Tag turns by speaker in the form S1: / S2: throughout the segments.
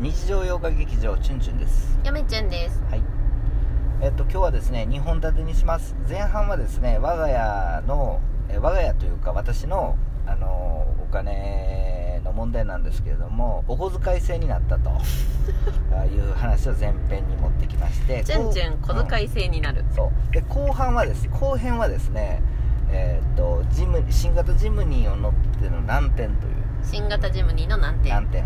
S1: 日常洋画劇場チュンチュンです
S2: やめちゃんです
S1: はいえっと今日はですね2本立てにします前半はですね我が家のえ我が家というか私のあのお金の問題なんですけれどもお小遣い制になった とあいう話を前編に持ってきまして
S2: ちゅんちゅん
S1: こう
S2: 小遣い制になる、
S1: そうで後半はです後編はですねえーっとジム新型ジムニーを乗っての難点という
S2: 新型ジムニーの難点
S1: 難点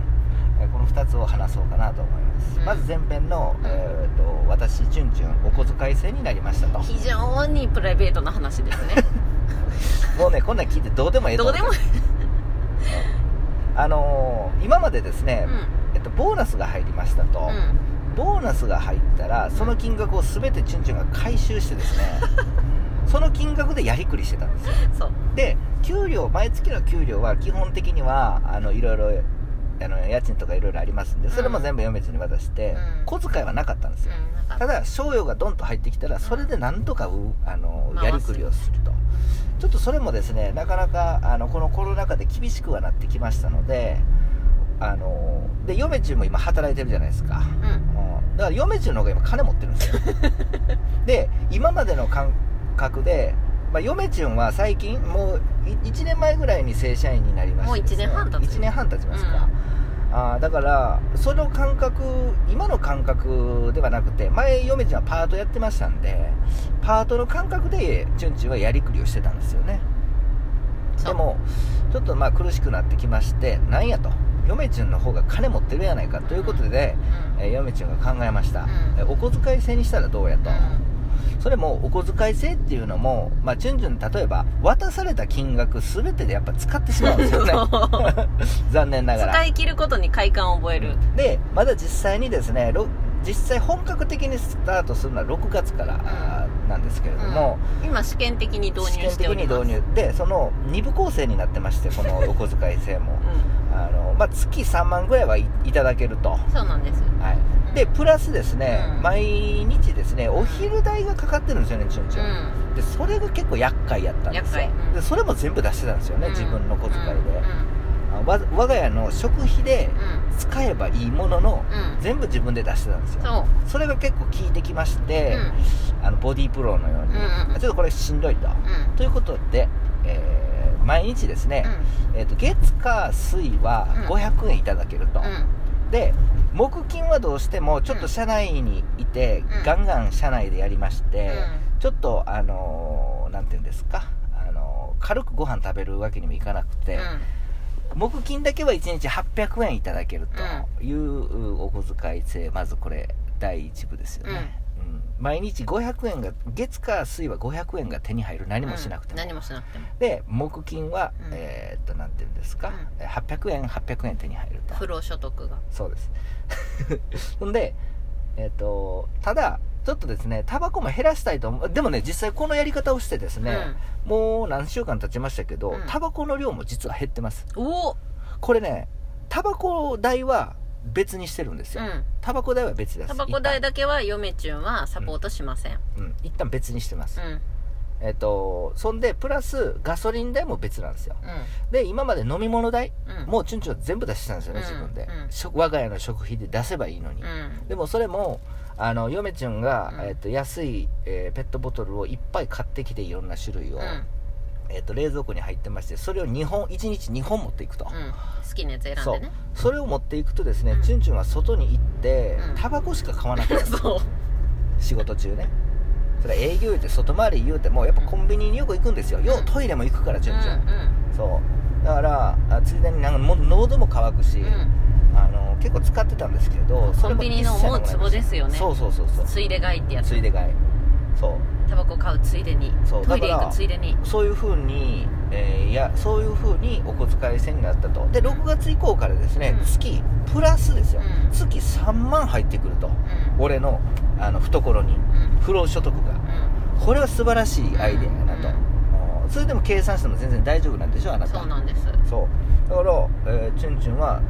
S1: えーこの2つを話そうかなと思います、
S2: うん
S1: まず前編の、
S2: うん
S1: えーっと私チュンチュンお小遣い制になりましたと
S2: 非常にプライベートな話ですね
S1: もうねこんなん聞いてどうでもいいと
S2: ど
S1: 思
S2: うでもいい、
S1: あのー今までですね
S2: う、ん
S1: えっと、ボーナスが入りましたと、
S2: うん、
S1: ボーナスが入ったらその金額を全てチュンチュンが回収して ですねその金額でやりくりしてたんですよ
S2: そう
S1: で給料毎月の給料は基本的にはあのいろいろあの家賃とかいろいろありますんでそれも全部嫁ちゃんに渡して、
S2: うん
S1: 小遣いはなかったんですよ、
S2: うんなんか
S1: ただ商用がドンと入ってきたらそれでなんとかうあの
S2: 回す
S1: やりくりをするとちょっとそれもですねなかなかあのこのコロナ禍で厳しくはなってきましたのであので嫁ちゃんも今働いてるじゃないですか
S2: うん
S1: うんだから嫁中の方が今金持ってるん ですよで今までの感覚で、まあ、嫁中は最近もう1年前ぐらいに正社員になりましてですね、
S2: もう一年半経つ
S1: 1年半経ちますか、あーだからその感覚今の感覚ではなくて前嫁ちゃんはパートやってましたんでパートの感覚でチュンチュンはやりくりをしてたんですよね
S2: そ
S1: で
S2: う
S1: もちょっとまあ苦しくなってきましてなんやと嫁ちゃんの方が金持ってるやないかということで、
S2: うん
S1: えー、嫁ちゃんが考えました、
S2: うん
S1: えーお小遣い制にしたらどうやと、
S2: うん
S1: それもお小遣い制っていうのも、まあ、チュンチュン例えば渡された金額全てでやっぱ使ってしまうんですよ ね 残念なが
S2: 使
S1: ら
S2: い切ることに快感を覚える
S1: でまだ実際にですねろ実際本格的にスタートするのは6月から、あーなんですけれども、
S2: 今試験的に導
S1: 試
S2: 入
S1: 験
S2: し
S1: 的
S2: てお
S1: に
S2: ります
S1: 導入でその2部構成になってましてこのお小遣い制 もあの、まあ、月3万ぐらいはい、いただけると、は
S2: うん、そうなんです
S1: い、で
S2: うん
S1: プラスですね、
S2: うん
S1: 毎日ですねお昼代がかかってるんですよねチュンチ
S2: う
S1: ュン、
S2: ん
S1: でそれが結構厄介やったんですよ
S2: 厄介うん
S1: でそれも全部出してたんですよね、
S2: うん
S1: 自分の小遣いで、
S2: う
S1: あわ我が家の食費で
S2: んうん
S1: 使えばいいものの
S2: うんうん
S1: 全部自分で出してたんですよ
S2: そう
S1: それが結構効いてきまして、あのボディープロのように、
S2: うんうんうん
S1: あちょっとこれしんどいと、
S2: うんうん
S1: ということで、えー毎日ですね、えー、と月火水は
S2: うん
S1: 500円いただけると、
S2: うんうん
S1: で木金はどうしてもちょっと社内にいて、
S2: うん
S1: ガンガン社内でやりまして、
S2: う
S1: ちょっとあのーなんていうんですか、あのー軽くご飯食べるわけにもいかなくて、
S2: ん
S1: 木金だけは1日800円いただけるといううお小遣い制まずこれ第一部ですよね、うん毎日500円が月火水は500円が手に入る何もしなくて
S2: うん
S1: も、
S2: 何もしなくても
S1: で木金は、
S2: うん
S1: えーっとなんていうんですか、
S2: う
S1: 800円800円手に入ると
S2: 不労所得が
S1: そうです ほんでえっ、とただちょっとですねタバコも減らしたいと思うでもね実際このやり方をしてですね、もう何週間経ちましたけど、
S2: うん
S1: タバコの量も実は減ってます
S2: うん、おお、
S1: これねタバコ代は別にしてるんです
S2: う
S1: よ、
S2: ん、
S1: タバコ代は別です
S2: タバコ代
S1: だ
S2: だけは嫁チュンはサポートしませんうん
S1: うん一旦別にしてます、えっ、とそんでプラスガソリン代も別なんですよ
S2: う
S1: で今まで飲み物代
S2: んうん
S1: もうチュンチュン全部出してたんですよね、
S2: うん
S1: 自分で、
S2: うん
S1: 食我が家の食費で出せばいいのに、
S2: うん
S1: でもそれもあの嫁ちゃんが、
S2: うん
S1: えっと安い、えーペットボトルをいっぱい買ってきていろんな種類を、
S2: うんうん
S1: えっと冷蔵庫に入ってましてそれを2本1日2本持っていくと、
S2: 好きなやつ選ん
S1: そう
S2: でね
S1: それを持っていくとですね、
S2: うん
S1: チュンチュンは外に行って、
S2: うん
S1: タバコしか買わなかった
S2: そう
S1: 仕事中ねそれ営業言うて外回り言うてもやっぱコンビニによく行くんですよ、ようトイレも行くからチュンチュン、
S2: う
S1: そうだからあついでになんかもう喉も乾くし、
S2: んうんうん
S1: あの結構使ってたんですけどそれも
S2: コンビニのもう壺ですよね
S1: そうそうそうそう
S2: ついで買いってやつ
S1: ついで買いそう
S2: タバコ買うついでに
S1: そう
S2: トイレ
S1: だか
S2: 行
S1: ら
S2: くついでに
S1: そういうふうに、えーいやそういうふうにお小遣い制になったとで6月以降からですね、
S2: うん
S1: 月プラスですよ、
S2: うん
S1: 月3万入ってくると
S2: うん
S1: 俺のあの懐に
S2: うん
S1: 不労所得が
S2: うん
S1: これは素晴らしいアイデアやなと、
S2: うん
S1: うんそれでも計算しても全然大丈夫なんでしょあなた
S2: そうなんです
S1: そうだから、えーチュンチュンは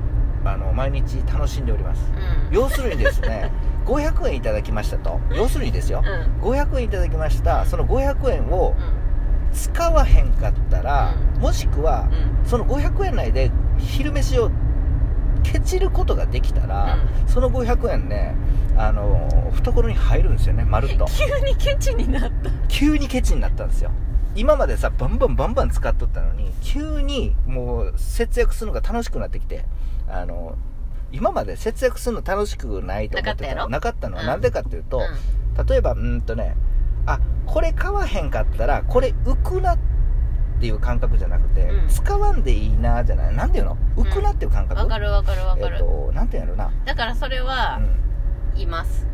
S1: あの毎日楽しんでおります
S2: うん
S1: 要するにです ね500円いただきましたと要するにですよ、
S2: うん
S1: 500円いただきましたその500円を
S2: うん
S1: 使わへんかったら、もしくは
S2: うん
S1: その500円内で昼飯をケチることができたら、
S2: う
S1: その500円ねあの懐に入るんですよねまるっと
S2: 急にケチになった
S1: 急にケチになったんですよ今までさバンバンバンバン使っとったのに急にもう節約するのが楽しくなってきてあの今まで節約するの楽しくないと思ってたのな
S2: な
S1: かったのは
S2: うん
S1: なんでかっていうと、
S2: うん
S1: 例えばうーんとねあこれ買わへんかったらこれ浮くなっていう感覚じゃなくて、
S2: うん
S1: 使わんでいいなじゃないなんていうの浮くなっていう感覚、
S2: わかるわかるわか
S1: えっ、
S2: る、
S1: となんていうんやろな、
S2: だからそれ
S1: う
S2: は
S1: ん
S2: います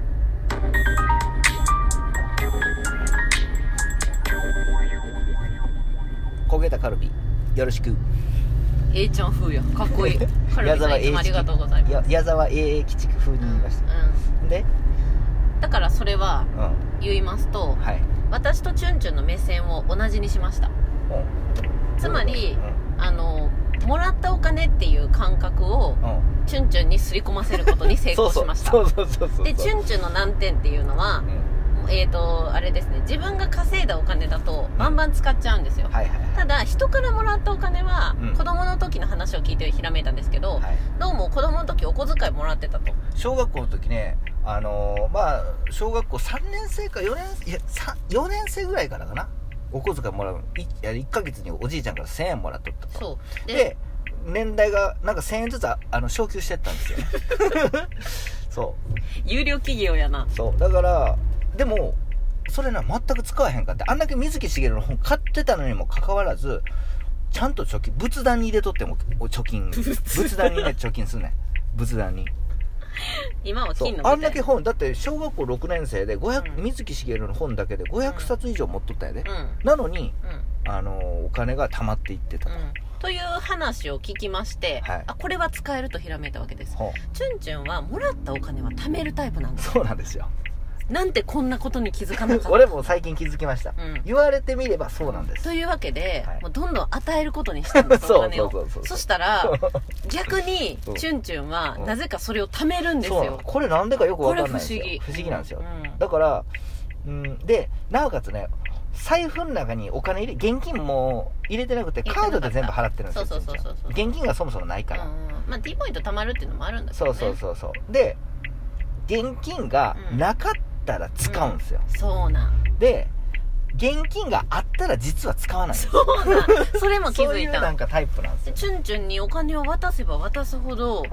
S1: 焦げたカルビよろしく
S2: A ちゃん風やかっこいいカルビさんいつもありがとうございます
S1: や矢沢永吉地区風に言いました、で、
S2: だからそれは
S1: うん、
S2: 言いますと
S1: はい、
S2: 私とチュンチュンの目線を同じにしました
S1: うん
S2: つまり
S1: う
S2: あのもらったお金っていう感覚を
S1: んうん
S2: チュンチュンに刷り込ませることに成功しました
S1: そうそうそうそうそうそう
S2: でチュンチュンの難点っていうのは
S1: うん
S2: えっ、とあれですね自分が稼いだお金だとバンバン使っちゃうんですよ
S1: はいはい
S2: ただ人からもらったお金は、
S1: うん
S2: 子供の時の話を聞いてひらめいたんですけど、
S1: はい
S2: どうも子供の時お小遣いもらってたと
S1: 小学校の時ねあのーまあ小学校3年生か4年いやさ4年生ぐらいからかなお小遣いもらういいや1ヶ月におじいちゃんから1000円もらっとったと
S2: そう
S1: で
S2: で
S1: 年代がなんか1000円ずつああの昇給してったんですよそ
S2: 有料企業やな
S1: うそうだからでもそれな全く使わへんかってあんだけ水木しげるの本買ってたのにもかかわらずちゃんと貯金仏壇に入れとってもお貯金仏壇にね貯金すんねん仏壇に
S2: 今は
S1: そ
S2: 金
S1: う
S2: のみたい
S1: あんだけ本だって小学校6年生で500、
S2: うん
S1: 水木しげるの本だけで500冊以上持っとったんやで、
S2: うん
S1: なのに、
S2: うん
S1: あのーお金が溜まっていってたと、
S2: うんという話を聞きまして、
S1: はい
S2: あこれは使えるとひらめいたわけです
S1: ほ
S2: チュンチュンはもらったお金は貯めるタイプなん
S1: う
S2: です
S1: そうなんですよ
S2: なんてこんなことに気づかなかっ
S1: 俺も最近気づきました
S2: た、うん、
S1: 言われてみればそうなんです
S2: というわけで、
S1: はい
S2: もうどんどん与えることにしたんで す
S1: そ
S2: お
S1: う
S2: 金
S1: そ
S2: を
S1: うそうそう
S2: そ
S1: そ
S2: し たら逆に
S1: うん
S2: チュンチュンは
S1: うん
S2: なぜかそれを貯めるんです
S1: うなの
S2: よ
S1: これなんでかよくわ
S2: こ
S1: か
S2: れ
S1: んない
S2: 不
S1: んで
S2: 思
S1: すよ
S2: 議
S1: 不思議なんですよ、
S2: うん
S1: だから、うん、でなおかつね財布の中にお金入れ現金も入れてなくて
S2: 入れて
S1: カ
S2: なか
S1: ー
S2: った
S1: ドで全部払ってるんですよ
S2: そうそうそうそうそう
S1: ちんちゃん現金がそもそもないから、
S2: うんうんまあ T ポイント貯まるっていうのもあるんだけど、
S1: そ
S2: ね、
S1: うそうそうそうで現金がなかったら使うんですよ、
S2: そうなん
S1: で現金があったら実は使わないんですよ
S2: そうなんそれも気
S1: そう
S2: づ
S1: い
S2: いうた
S1: なんかタイプなんです
S2: で
S1: よ、
S2: チュンチュンにお金を渡せば渡すほど
S1: う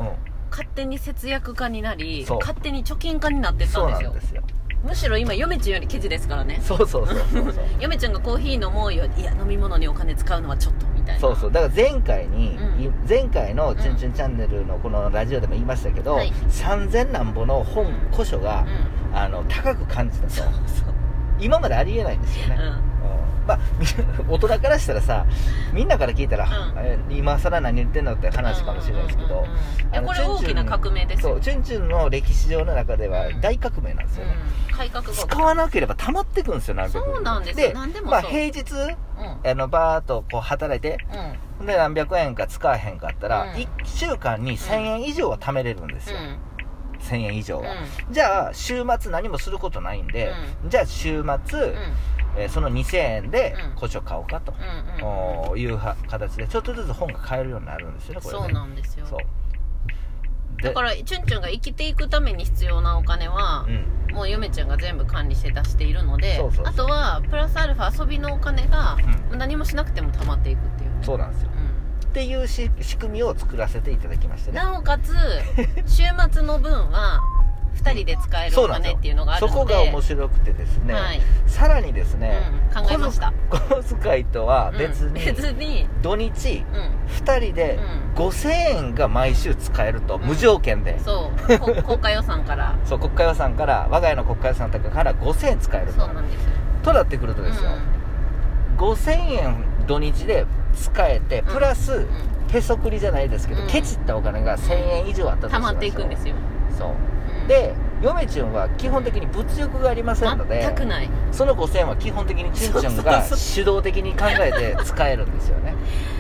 S2: 勝手に節約家になり
S1: そう
S2: 勝手に貯金家になって
S1: ん、
S2: った
S1: そ
S2: ん
S1: う
S2: です
S1: なん
S2: よ
S1: ですよ
S2: むしろ今嫁ちゃんよりケチですからね
S1: そうそうそう そうそう
S2: 嫁ちゃんがコーヒー飲もうよいや飲み物にお金使うのはちょっとみたいな
S1: そうそうだから前回に、
S2: うん
S1: い前回の「チュンチュンチャンネル」のこのラジオでも言いましたけど、
S2: はい
S1: 3000なんぼの本
S2: うん
S1: 古書が
S2: う、ん
S1: あの高く感じたと
S2: そうそう
S1: 今までありえないんですよね、
S2: うん
S1: うんまあ、み 大人からしたらさみんなから聞いたら、
S2: うん
S1: え今更何言ってんのって話かもしれないですけど、
S2: うんうんうんうんいやこれ
S1: あの
S2: 大きな革命です
S1: そ
S2: よ
S1: うチュンチュンの歴史上の中では
S2: うん
S1: 大革命なんですよね、
S2: うん改革が起きた
S1: 使わなければ溜まってくんですよ何百
S2: そうなんですよ
S1: で
S2: 何でもそう
S1: まあ、平日
S2: うん
S1: あのバーっとこう働いて
S2: うん
S1: で何百円か使わへんかったら、
S2: うん
S1: 1週間に1000円以上は貯めれるんですよ、1000円以上
S2: うんう
S1: は、
S2: ん
S1: じゃあ週末何もすることないんで、じゃあ週末、えーその2000円で
S2: うん
S1: 古書買おうかと、
S2: うんうん
S1: おーいうは形でちょっとずつ本が買えるようになるんですよねこれね
S2: そうなんですよ
S1: そうで
S2: だからチュンチュンが生きていくために必要なお金は
S1: う、ん
S2: もう嫁ちゃんが全部管理して出しているので
S1: そうそうそう
S2: あとはプラスアルファ遊びのお金が
S1: う
S2: 何もしなくても溜まっていくっていう、
S1: そうなんですよ
S2: う
S1: っていうし仕組みを作らせていただきまして
S2: ん、
S1: ね
S2: なお かつ週末の分は2人で使える
S1: そう
S2: お
S1: なんです
S2: 金
S1: よ
S2: っていうのがある
S1: そ
S2: ので
S1: こが面白くてですね、
S2: はい
S1: さらにですね、
S2: うん、考えました
S1: 小遣いとは別
S2: うん
S1: に
S2: 別に
S1: 土日
S2: うん
S1: 2人で
S2: う
S1: 5000円が毎週使えると
S2: うん
S1: 無条件で
S2: んそうこ 国家予算から
S1: そう国家予算から我が家の国家予算から5000円使える
S2: そう
S1: と
S2: なんです
S1: となってくると
S2: よ
S1: ですよ、5000円土日で使えてプラス
S2: うんうん
S1: へそくりじゃないですけど、
S2: うん
S1: ケチったお金が1000円以上あったとし
S2: 溜まっていくんですよ、
S1: そう
S2: うん
S1: で嫁ちゅんは基本的に物欲がありませんので
S2: 全くない
S1: その5000円は基本的にちゅんちゅんが
S2: そうそう
S1: 主導的に考えて使えるんですよね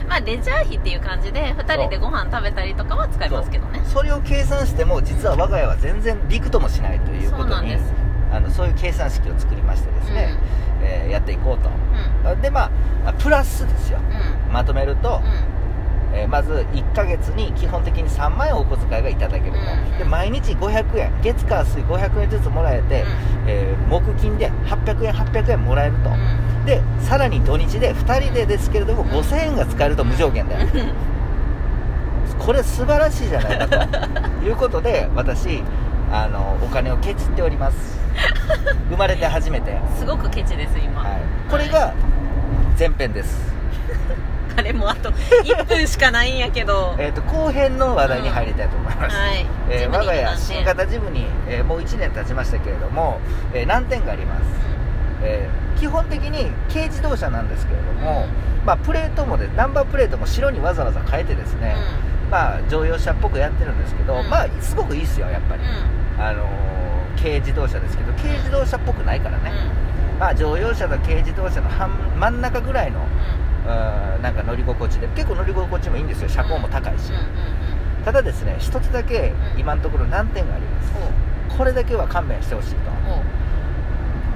S2: まあレジャー費っていう感じで2人でご飯食べたりとかは使いますけどね
S1: それを計算しても実は我が家は全然びくともしないという
S2: そ
S1: こ
S2: うな
S1: と
S2: ん
S1: に
S2: です
S1: あのそういう計算式を作りましてですね、えーやっていこうとでまあプラスですよ
S2: うんうん
S1: まとめると、
S2: う
S1: えーまず1ヶ月に基本的に3万円お小遣いがいただけると、
S2: うん
S1: で毎日500円月火水500円ずつもらえて、えー木金で800円800円もらえると、でさらに土日で2人でですけれども
S2: うん
S1: 5000円が使えると無条件だよ
S2: うんうん
S1: これ素晴らしいじゃないか ということで私あのお金をケチっております生まれて初めて、は
S2: すごくケチです今、
S1: い、これが前編です
S2: あれもあと1分しかないんやけど
S1: えー、と後編の話題に入りたいと思います、
S2: はい、
S1: えー
S2: ジム
S1: 我
S2: ニ
S1: が
S2: ー
S1: 家
S2: の
S1: 新
S2: 難
S1: 型ジムに、えーもう1年経ちましたけれども、えー難点があります、えー基本的に軽自動車なんですけれど
S2: 点
S1: も、まあ、プレートもでナンバープレートも白にわざわざ変えてですね、まあ、乗用車っぽくやってるんですけど、
S2: うん
S1: まあすごくいいですよやっぱり、
S2: うんうん
S1: あのー軽自動車ですけど軽自動車っぽくないからね、まあ、乗用車と軽自動車の半真ん中ぐらいのうーんなんか乗り心地で結構乗り心地もいいんですよ車高も高いし、
S2: う
S1: ただですね一つだけ
S2: うん
S1: 今のところ難点があります
S2: んうんうんうん
S1: これだけは勘弁してほしいと
S2: おうおう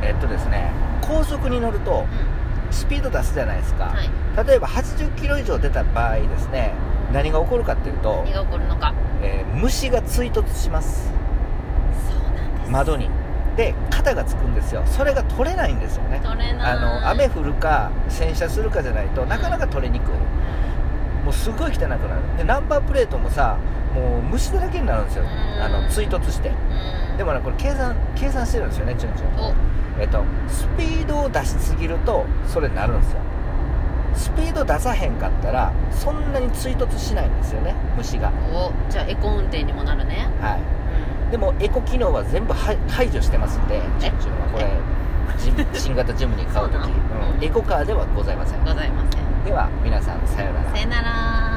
S1: えっとですね高速に乗ると
S2: うん
S1: スピード出すじゃないですか、
S2: はい
S1: 例えば80キロ以上出た場合ですね何が起こるかっていうと
S2: 何、が起こるのか
S1: えー虫が追突します
S2: そうなんです
S1: 窓にで肩がつくんですよそれが取れないんですよね
S2: 取れない
S1: あの雨降るか洗車するかじゃないとなかなか取れにくいもうすごい汚くなるでナンバープレートもさもう虫だらけになるんですよあの追突して
S2: うん
S1: でもねこれ計算計算してるんですよねチュンチュン
S2: お
S1: えっとスピードを出しすぎるとそれになるんですよスピード出さへんかったらそんなに追突しないんですよね虫が
S2: おじゃあエコ運転にもなるね
S1: は
S2: うん
S1: いでもエコ機能は全部は排除してますんでチュンチュンはこれジ ム新型ジムに買う時
S2: そうなの
S1: うんエコカーではございません
S2: ございません
S1: では皆さんさようなら
S2: さよなら